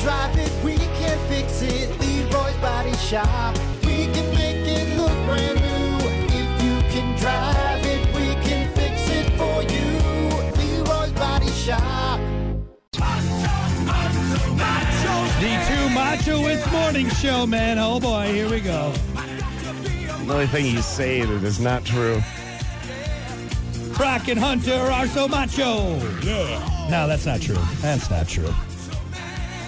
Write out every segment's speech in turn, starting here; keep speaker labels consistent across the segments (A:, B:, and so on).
A: drive it, we can fix it. Leroy's Body Shop. We can make it look brand new. If you can drive it, we can fix it for you. Leroy's Body Shop.
B: The two machoist morning show, man. Oh boy, here we go.
C: The only thing you say that is not true.
B: Brock and Hunter are so macho. Yeah. No, that's not true. That's not true.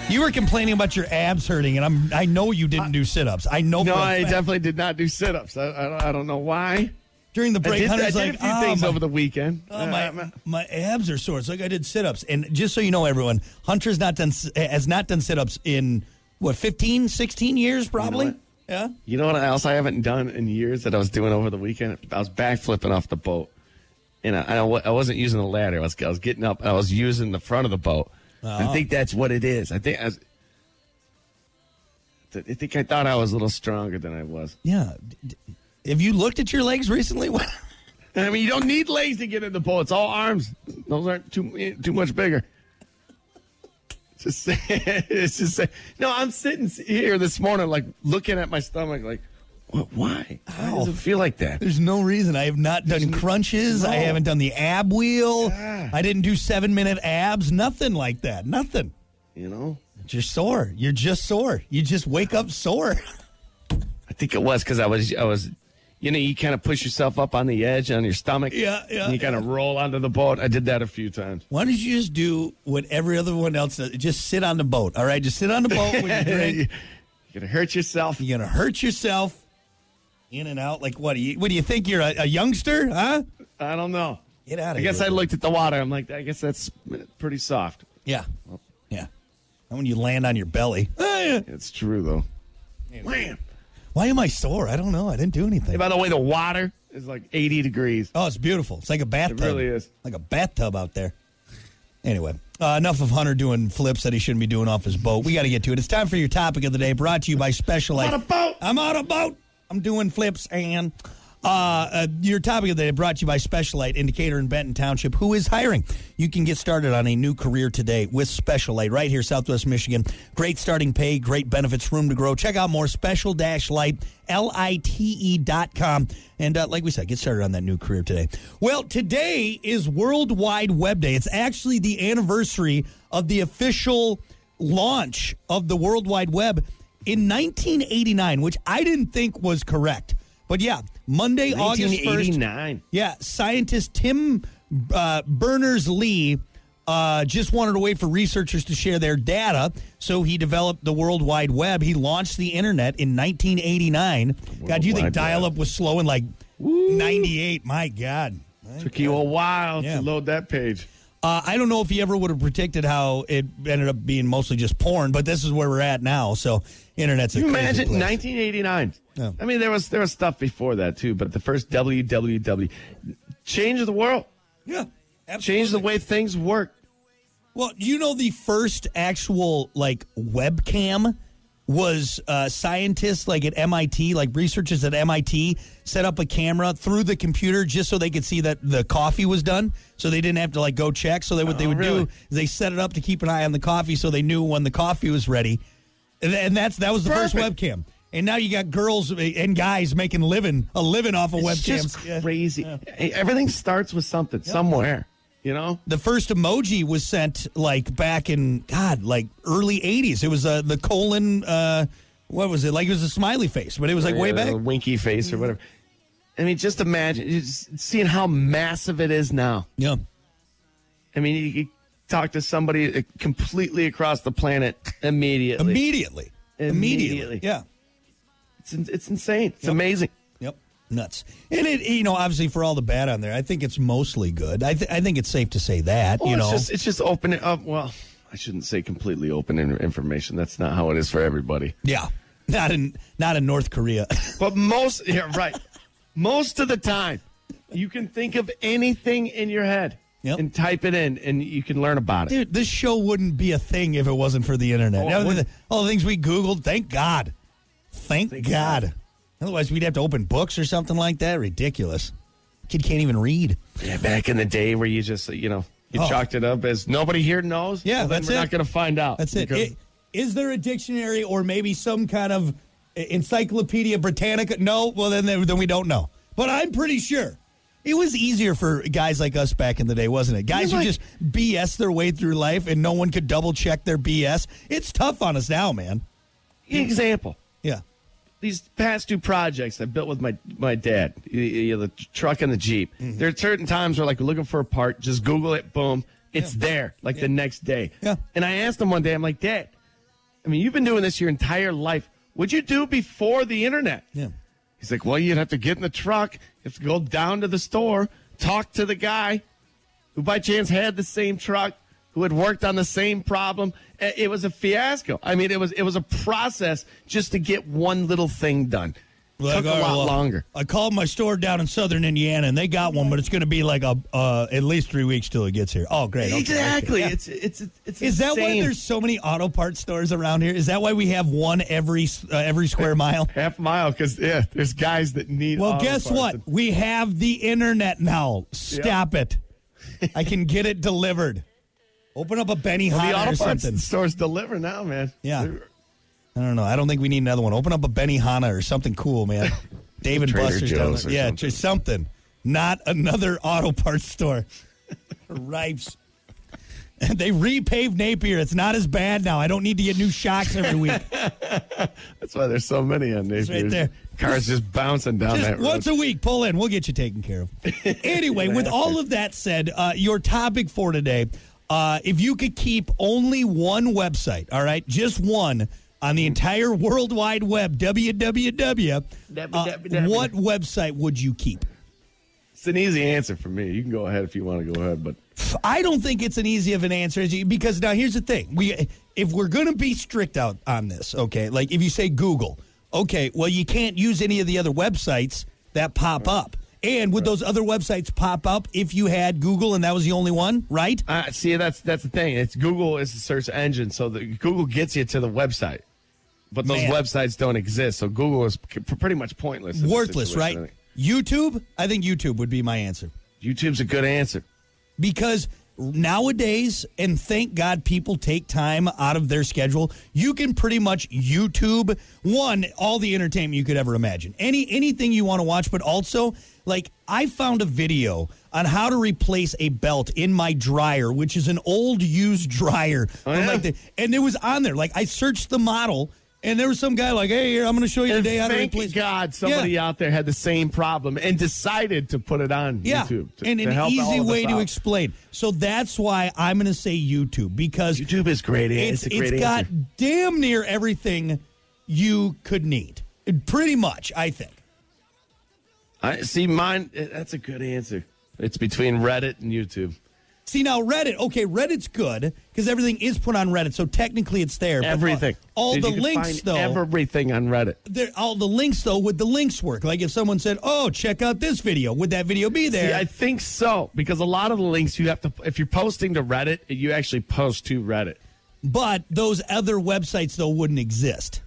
B: You were complaining about your abs hurting, and I'm I know you didn't do sit ups. I know.
C: No,
B: for a
C: I
B: fact.
C: definitely did not do sit-ups. I, I, don't- I don't know why.
B: during the
C: I
B: break,
C: did, I
B: Hunter's
C: did
B: like,
C: a few
B: "Oh,
C: things
B: my
C: over the weekend.
B: Oh,
C: Uh,
B: my, my abs are sore. It's like I did sit ups. And just so you know, everyone, Hunter's not done has not done sit ups in what 15, 16 years, probably.
C: what?
B: yeah.
C: you know what else I haven't done in years that I was doing over the weekend? I was backflipping off the boat. And I, I, wa- I wasn't using the ladder. I was, I was getting up. and I was using the front of the boat.
B: Oh.
C: I think that's what it is. I think I, was, I think I thought I was a little stronger than I was.
B: Yeah. D- d- Have you looked at your legs recently? What?
C: I mean, you don't need legs to get in the boat. It's all arms. Those aren't too too much bigger. Just say, it's just say, no. I'm sitting here this morning, like looking at my stomach, like, what? Why? Why does it feel like that?
B: There's no reason. I have not done crunches. I
C: no.
B: haven't done the ab wheel.
C: Yeah.
B: I didn't do seven minute abs. Nothing like that. Nothing.
C: You know?
B: You're sore. You're just sore. You just wake up sore.
C: I think it was because I was I was, you know, you kind of push yourself up on the edge on your stomach.
B: Yeah, yeah,
C: And you kind of roll onto the boat. I did that a few times.
B: Why don't you just do what every other one else does? Just sit on the boat. All right, just sit on the boat with your drink.
C: You're gonna hurt yourself.
B: You're gonna hurt yourself. In and out, like what? do you- What do you think? You're a, a youngster, huh?
C: I don't know.
B: Get out of
C: I guess
B: here.
C: I looked at the water. I'm like, I guess that's pretty soft.
B: Yeah, yeah. And when you land on your belly,
C: It's true though. Wham!
B: why am I sore? I don't know. I didn't do
C: Hey,
B: anything.
C: by the way, the water is like 80 degrees.
B: Oh, it's beautiful. It's like a bathtub.
C: really is.
B: like a bathtub out there. Anyway, uh, enough of Hunter doing flips that he shouldn't be doing off his boat. We got to get to it. It's time for your topic of the day, brought to you by Special Ed.
C: On a boat.
B: I'm on a boat. I'm doing flips and. Uh, uh, your topic of the day brought to you by Specialite Indicator in Benton Township, who is hiring. You can get started on a new career today with Specialite right here, Southwest Michigan. Great starting pay, great benefits, room to grow. Check out more special dash light, L I T E dot com. And uh, like we said, get started on that new career today. Well, today is World Wide Web Day. It's actually the anniversary of the official launch of the World Wide Web in 1989, which I didn't think was correct. But yeah, Monday, August 1st.
C: 1989.
B: Yeah, scientist Tim uh, Berners Lee uh, just wanted a way for researchers to share their data, so he developed the World Wide Web. He launched the internet in 1989. God, do you think
C: Wide Web.
B: dial up was slow in like 98? My God.
C: Took you a while
B: Yeah.
C: to load that page.
B: Uh, I don't know if he ever would have predicted how it ended up being mostly just porn, but this is where we're at now. So, internet's a
C: Can you
B: crazy
C: imagine
B: place.
C: 1989?
B: No.
C: I mean, there was there was stuff before that too, but the first WWW changed the world,
B: Yeah.
C: changed the way things work.
B: Well, you know, the first actual like webcam was uh, scientists like at MIT, like researchers at MIT, set up a camera through the computer just so they could see that the coffee was done, so they didn't have to like go check. So they what they
C: Oh,
B: would
C: really?
B: do is they set it up to keep an eye on the coffee, so they knew when the coffee was ready, and, and that's that was the first
C: Perfect.
B: webcam. And now you got girls and guys making living a living off of
C: It's
B: webcams.
C: just crazy. Hey, Everything starts with something somewhere, you know.
B: the first emoji was sent like back in God, like early '80s. It was uh, the colon. Uh, what was it like? It was a smiley face, but it was like way
C: Yeah,
B: back. Mm-hmm.
C: the winky face or whatever. I mean, just imagine just seeing how massive it is now.
B: Yeah,
C: I mean, you could talk to somebody uh, completely across the planet immediately.
B: immediately. immediately,
C: Immediately.
B: Yeah.
C: it's, it's insane. It's amazing.
B: Yep. Nuts. And it, you know, obviously for all the bad on there, I think it's mostly good. I, th- I think it's safe to say that.
C: Well,
B: you know,
C: Oh, it's just it's just open it up. Well, I shouldn't say completely open in- information. That's not how it is for everybody.
B: yeah. Not in not in North Korea.
C: But most, yeah, right. most of the time, you can think of anything in your head
B: Yep.
C: and type it in, and you can learn about it.
B: Dude, this show wouldn't be a thing if it wasn't for the internet.
C: Oh, it
B: Now,
C: wouldn't.
B: all the things we Googled, thank God. Thank, God. Otherwise, we'd have to open books or something like that. Ridiculous. Kid can't even read.
C: Yeah, back in the day where you just you know you
B: Oh.
C: chalked it up as nobody here knows.
B: Yeah,
C: well, then
B: that's
C: we're
B: it.
C: not going to find out.
B: That's it.
C: because
B: It- Is there a dictionary or maybe some kind of e, Encyclopedia Britannica? No. Well, then then we don't know. But I'm pretty sure. It was easier for guys like us back in the day, wasn't it? Guys
C: You're
B: who
C: like-
B: just BS their way through life and no one could double check their BS. It's tough on us now, man.
C: Example.
B: Yeah.
C: these past two projects I built with my my dad, you, you know, the tr- truck and the jeep.
B: Mm-hmm.
C: There are certain times where like we're looking for a part, just Google it, boom, it's there, like the next day.
B: Yeah.
C: And I asked him one day, I'm like, Dad, I mean, you've been doing this your entire life. What'd you do before the internet?
B: Yeah.
C: He's like, Well, you'd have to get in the truck, you have to go down to the store, talk to the guy who by chance had the same truck, who had worked on the same problem. I- It was a fiasco. I mean, it was it was a process just to get one little thing done. Took
B: all
C: a
B: right,
C: lot
B: well,
C: longer.
B: I called my store down in Southern Indiana, and they got one, but it's going to be like a uh, at least three weeks till it gets here. Oh, great! okay, I see.
C: Exactly.
B: Yeah.
C: It's it's it's
B: Is that why
C: insane.
B: there's so many auto parts stores around here? Is that why we have one every uh, every square mile?
C: half mile? Because yeah, there's guys that need.
B: Well,
C: auto
B: guess
C: parts.
B: what? We have the internet now. Stop it! I can get it delivered. Open up a Benny
C: The
B: Hanna or
C: auto parts
B: something.
C: stores deliver now, man.
B: Yeah.
C: They're-
B: I don't know. I don't think we need another one. Open up a Benny Hanna or something cool, man. David
C: Trader
B: Buster's down
C: Joe's
B: there.
C: or
B: Yeah,
C: something.
B: just something. Not another auto parts store. Ripes. And they repaved Napier. It's not as bad now. I don't need to get new shocks every week.
C: That's why there's so many on these.
B: right there.
C: Cars just bouncing down
B: Just
C: that road.
B: once a week, pull in. We'll get you taken care of. Anyway, with all of that said, uh, your topic for today, uh, if you could keep only one website, all right, just one on the entire World Wide Web, www, uh,
C: www.
B: what website would you keep?
C: It's an easy answer for me. You can go ahead if you want to go ahead, but
B: I don't think it's an easy of an answer as you- because now here's the thing: we if we're going to be strict out on this, okay? Like if you say Google, okay, well you can't use any of the other websites that pop up. And would those other websites pop up if you had Google and that was the only one, right?
C: Uh, see, that's that's the thing. It's Google is the search engine, so the, Google gets you to the website, but those
B: Man.
C: websites don't exist. So Google is p- pretty much pointless. in this
B: Worthless,
C: situation,
B: right? YouTube? I think YouTube would be my answer.
C: I think. YouTube's a good answer.
B: because nowadays and thank god people take time out of their schedule you can pretty much youtube one all the entertainment you could ever imagine any anything you want to watch but also like i found a video on how to replace a belt in my dryer which is an old used dryer from,
C: Oh, yeah?
B: like, the- and it was on there like i searched the model and there was some guy like hey here i'm going to show you
C: And
B: today how to
C: thank
B: replace
C: God somebody
B: Yeah.
C: out there had the same problem and decided to put it on
B: Yeah,
C: YouTube. To,
B: and
C: to
B: an
C: help all
B: easy
C: of us
B: way to
C: out.
B: explain. So that's why I'm going to say YouTube because
C: YouTube is great.
B: it's
C: It's, a great
B: it's got
C: answer.
B: damn near everything you could need. Pretty much, I think.
C: I see mine. eh, That's a good answer. It's between Reddit and YouTube.
B: See now Reddit, okay, Reddit's good because everything is put on Reddit, so technically it's there. but, uh,
C: Everything.
B: all
C: Dude,
B: the
C: you can
B: links
C: find
B: though.
C: Everything on Reddit.
B: there- all the links though, would the links work? Like if someone said, "Oh, check out this video," would that video be there?
C: Yeah, I think so because a lot of the links you have to, if you're posting to Reddit, you actually post to Reddit.
B: But those other websites though wouldn't exist.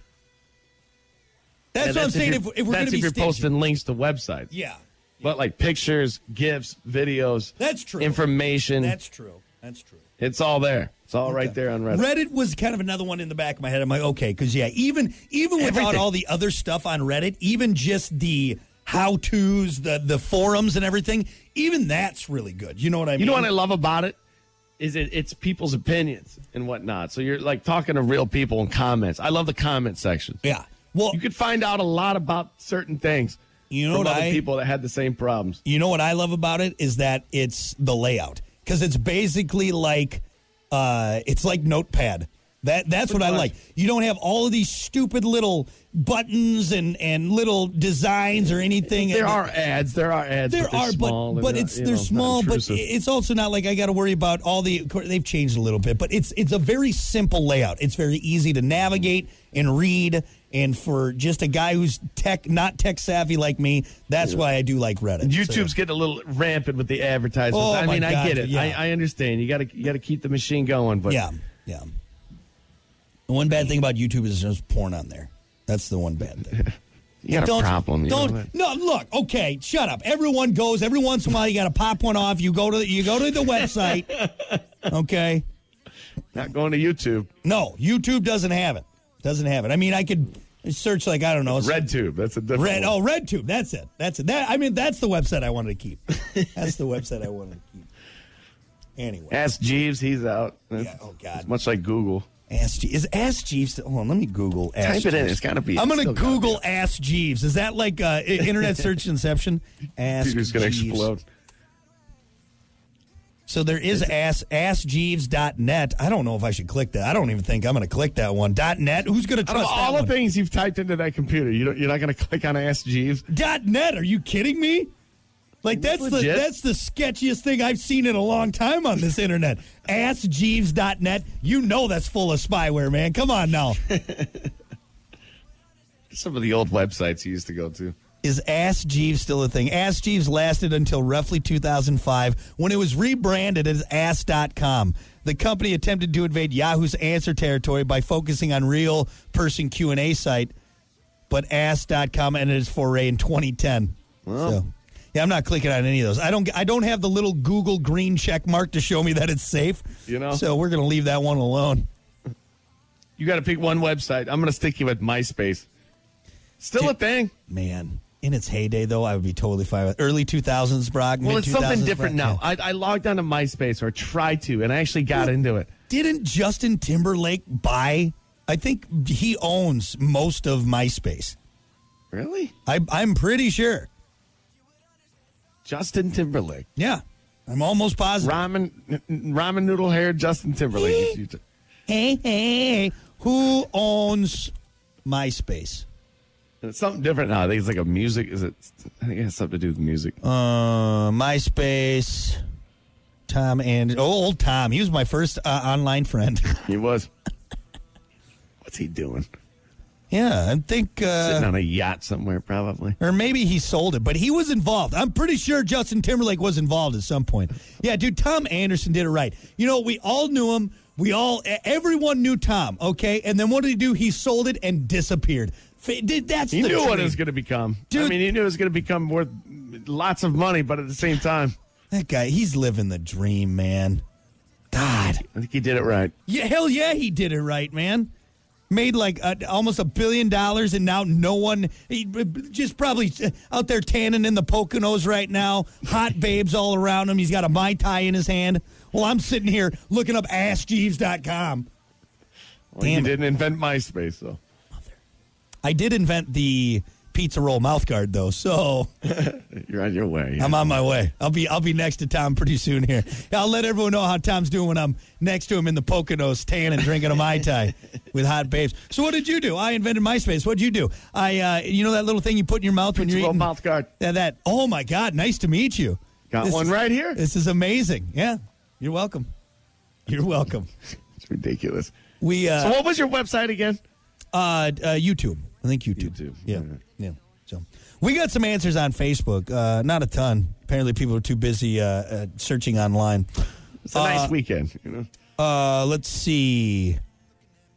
B: That's
C: And
B: what I'm saying. If,
C: you're-
B: if we're going to
C: that's if
B: be
C: you're
B: stingy.
C: posting Mm. links to websites,
B: yeah,
C: But like pictures, gifs, videos,
B: That's true.
C: Information,
B: that's true. That's true.
C: it's all there. It's all right there on Reddit.
B: Reddit was kind of another one in the back of my head. I'm like, okay, because yeah, even even without
C: Everything.
B: all the other stuff on Reddit, even just the how tos, the the forums and everything, even that's really good. You know what I mean?
C: you know what I love about it is it, it's people's opinions and whatnot. So you're like talking to real people in comments. I love the comment section.
B: yeah. Well,
C: You could find out a lot about certain things.
B: You know
C: from
B: what
C: other
B: I-
C: people that had the same problems.
B: You know what I love about it is that it's the layout because it's basically like uh, it's like Notepad. That that's what I
C: much.
B: like. You don't have all of these stupid little buttons and and little designs or anything.
C: There
B: And-
C: are ads. There are ads.
B: There
C: they're
B: are,
C: small
B: but
C: and
B: but
C: not-
B: it's
C: you
B: they're
C: know, not
B: small, but
C: intrusive.
B: it's also not like I got to worry about all the. of course, They've changed a little bit, but it's it's a very simple layout. It's very easy to navigate and read, and for just a guy who's tech not tech savvy like me, that's why I do like Reddit. So-
C: YouTube's getting a little rampant with the advertisements.
B: Oh,
C: I
B: my
C: mean,
B: God,
C: I get it.
B: yeah.
C: I, I understand. You gotta you gotta keep the machine going, but
B: yeah, yeah. The one bad thing about YouTube is there's porn on there. That's the one bad thing.
C: you got a problem. you know
B: don't.
C: that.
B: no, look. Okay, shut up. Everyone goes. Every once in a while, you got to pop one off. You go to you go to the website. Okay.
C: Not going to YouTube.
B: No, YouTube doesn't have it. Doesn't have it. I mean, I could search like I don't know
C: RedTube. That's a different.
B: Red oh
C: one.
B: RedTube. That's it. That's it. That I mean that's the website I wanted to keep. That's the website I wanted to keep. Anyway,
C: Ask Jeeves. He's out. It's-
B: oh, God.
C: It's much like Google.
B: Ask Jeeves. Is Ask Jeeves? still- Hold on, let me Google. Ask
C: Type it in.
B: Jeeves.
C: It's gotta be-
B: I'm
C: it's
B: going to
C: still gotta
B: Google Ask Jeeves. Is that like uh, i- internet search inception? Ask
C: Peter's going to
B: Jeeves.
C: explode.
B: So there is ask askjeeves.net. I don't know if I should click that. I don't even think I'm going to click that one. Dot .net. Who's going to
C: Out of
B: trust
C: all
B: that
C: the
B: one?
C: things you've typed into that computer, you don't, you're not going to click on Ask Jeeves.
B: Dot .net. Are you kidding me? Like that's
C: That's
B: the
C: legit.
B: that's the sketchiest thing I've seen in a long time on this internet. askjeeves.net. You know that's full of spyware, man. Come on now.
C: Some of the old websites you used to go to.
B: is Ask Jeeves still a thing? Ask Jeeves lasted until roughly 2005 when it was rebranded as Ask.com. The company attempted to invade Yahoo's answer territory by focusing on real person Q&A site, but Ask.com ended its foray in 2010. so, yeah, I'm not clicking on any of those. I don't I don't have the little Google green check mark to show me that it's safe.
C: You know?
B: So we're going to leave that one alone.
C: You got to pick one website. I'm going to stick you with MySpace. Still a
B: Dude.
C: thing.
B: Man, in its heyday though, I would be totally fine with early 2000s Brock.
C: Well, it's something
B: mid-2000s,
C: different
B: Brock.
C: now. I, I logged onto MySpace or tried to, and I actually got into it.
B: didn't Justin Timberlake buy? I think he owns most of MySpace.
C: Really?
B: I, I'm pretty sure.
C: Justin Timberlake.
B: Yeah, I'm almost positive.
C: Ramen, n- n- ramen noodle hair Justin Timberlake. You-
B: Hey, hey, hey, who owns MySpace?
C: It's something different now. I think it's like a music. Is it? I think it has something to do with music.
B: Uh, MySpace. Tom and oh, old Tom. He was my first uh, online friend.
C: He was. What's he doing?
B: yeah, I think. Uh,
C: Sitting on a yacht somewhere, probably.
B: Or maybe he sold it, but he was involved. I'm pretty sure Justin Timberlake was involved at some point. Yeah, dude, Tom Anderson did it right. You know, we all knew him. We all, e- everyone knew Tom, okay? And then what did he do? He sold it and disappeared. F- did- That's
C: He
B: the
C: knew what
B: dream.
C: it was going to become. I
B: Dude.
C: mean, he knew it was going to become worth lots of money, but at the same time,
B: That guy, he's living the dream, man. God.
C: I think he did it right.
B: Yeah, hell yeah, he did it right, man. Made like a, almost a billion dollars, and now no one, he, just probably out there tanning in the Poconos right now. Hot babes all around him. He's got a Mai Tai in his hand. Well, I'm sitting here looking up AskJeeves.com.
C: Well, he
B: Damn it.
C: didn't invent MySpace, though.
B: I did invent the pizza roll mouth guard, though, so
C: You're on your way.
B: I'm on my way. I'll be I'll be next to Tom pretty soon here. I'll let everyone know how Tom's doing when I'm next to him in the Poconos tan and drinking a mai tai with hot babes. So what did you do? I invented MySpace. What did you do? I uh, you know that little thing you put in your mouth when
C: It's a
B: you're
C: little
B: eating
C: mouth guard.
B: Yeah, that. Oh my God! Nice to meet you.
C: Got
B: This
C: one
B: is-
C: right here.
B: This is amazing. Yeah, you're welcome. You're welcome.
C: It's ridiculous.
B: We uh,
C: So, what was your website again?
B: uh, d- uh, YouTube. I think YouTube.
C: YouTube.
B: Yeah.
C: All right.
B: Yeah. So we got some answers on Facebook. Uh, not a ton. Apparently, people are too busy uh, uh, searching online.
C: It's a nice weekend. You know,
B: Uh, let's see.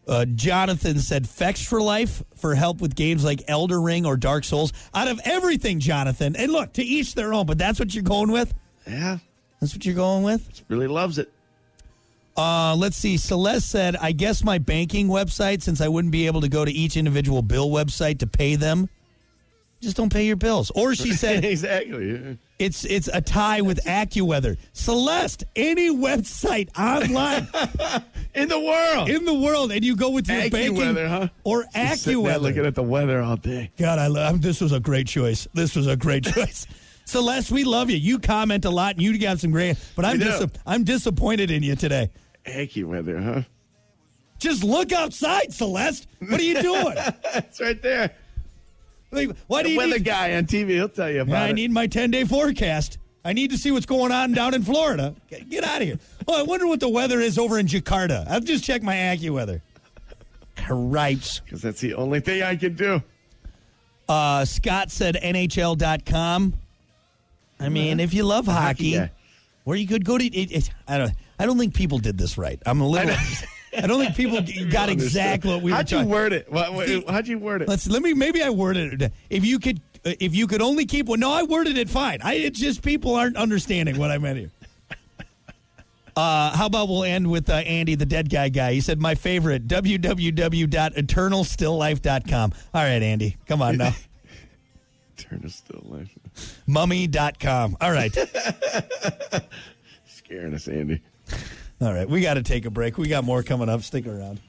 B: Uh, Jonathan said Fex for Life for help with games like Elder Ring or Dark Souls. Out of everything, Jonathan. And look, to each their own, but that's what you're going with?
C: yeah,
B: That's what you're going with?
C: really loves it.
B: Uh, let's see. Celeste said, I guess my banking website, since I wouldn't be able to go to each individual bill website to pay them. Just don't pay your bills. Or she said,
C: exactly. yeah.
B: It's it's a tie with AccuWeather. Celeste, any website online
C: In the world,
B: in the world, and you go with your banking
C: AccuWeather, huh?
B: or
C: Just sitting there Looking
B: AccuWeather.
C: at the weather all day.
B: God, I love this. Was a great choice. This was a great choice. Celeste, we love you. You comment a lot, and you got some great. But I'm
C: We
B: dis-
C: do.
B: I'm disappointed in you today.
C: Acky weather, huh?
B: Just look outside, Celeste. What are you doing?
C: That's right there.
B: Like, why do
C: The
B: you
C: weather
B: need-
C: guy on TV, he'll tell you about
B: I
C: it.
B: need my 10 day forecast. I need to see what's going on down in Florida. Get get out of here. Oh, I wonder what the weather is over in Jakarta. I've just checked my AccuWeather. Cripes.
C: Because that's the only thing I can do.
B: Uh, Scott said NHL.com. I mean, if you love hockey,
C: guy.
B: or you could go to. It, it, I don't. I don't think people did this right. I'm a little. I don't think people got exactly what we were
C: How'd you
B: talking.
C: word it? What, what-
B: The-
C: how'd you word it?
B: Let's let me maybe I worded it. If you could, uh, if you could only keep one. No, I worded it fine. I it's just people aren't understanding what I meant here. Uh, how about we'll end with uh, Andy, the dead guy guy? He said, my favorite, www.eternalstilllife.com. All right, Andy, come on now.
C: Turn us still life.
B: Mummy.com. All right.
C: Scaring us, Andy.
B: All right. We got to take a break. We got more coming up. Stick around.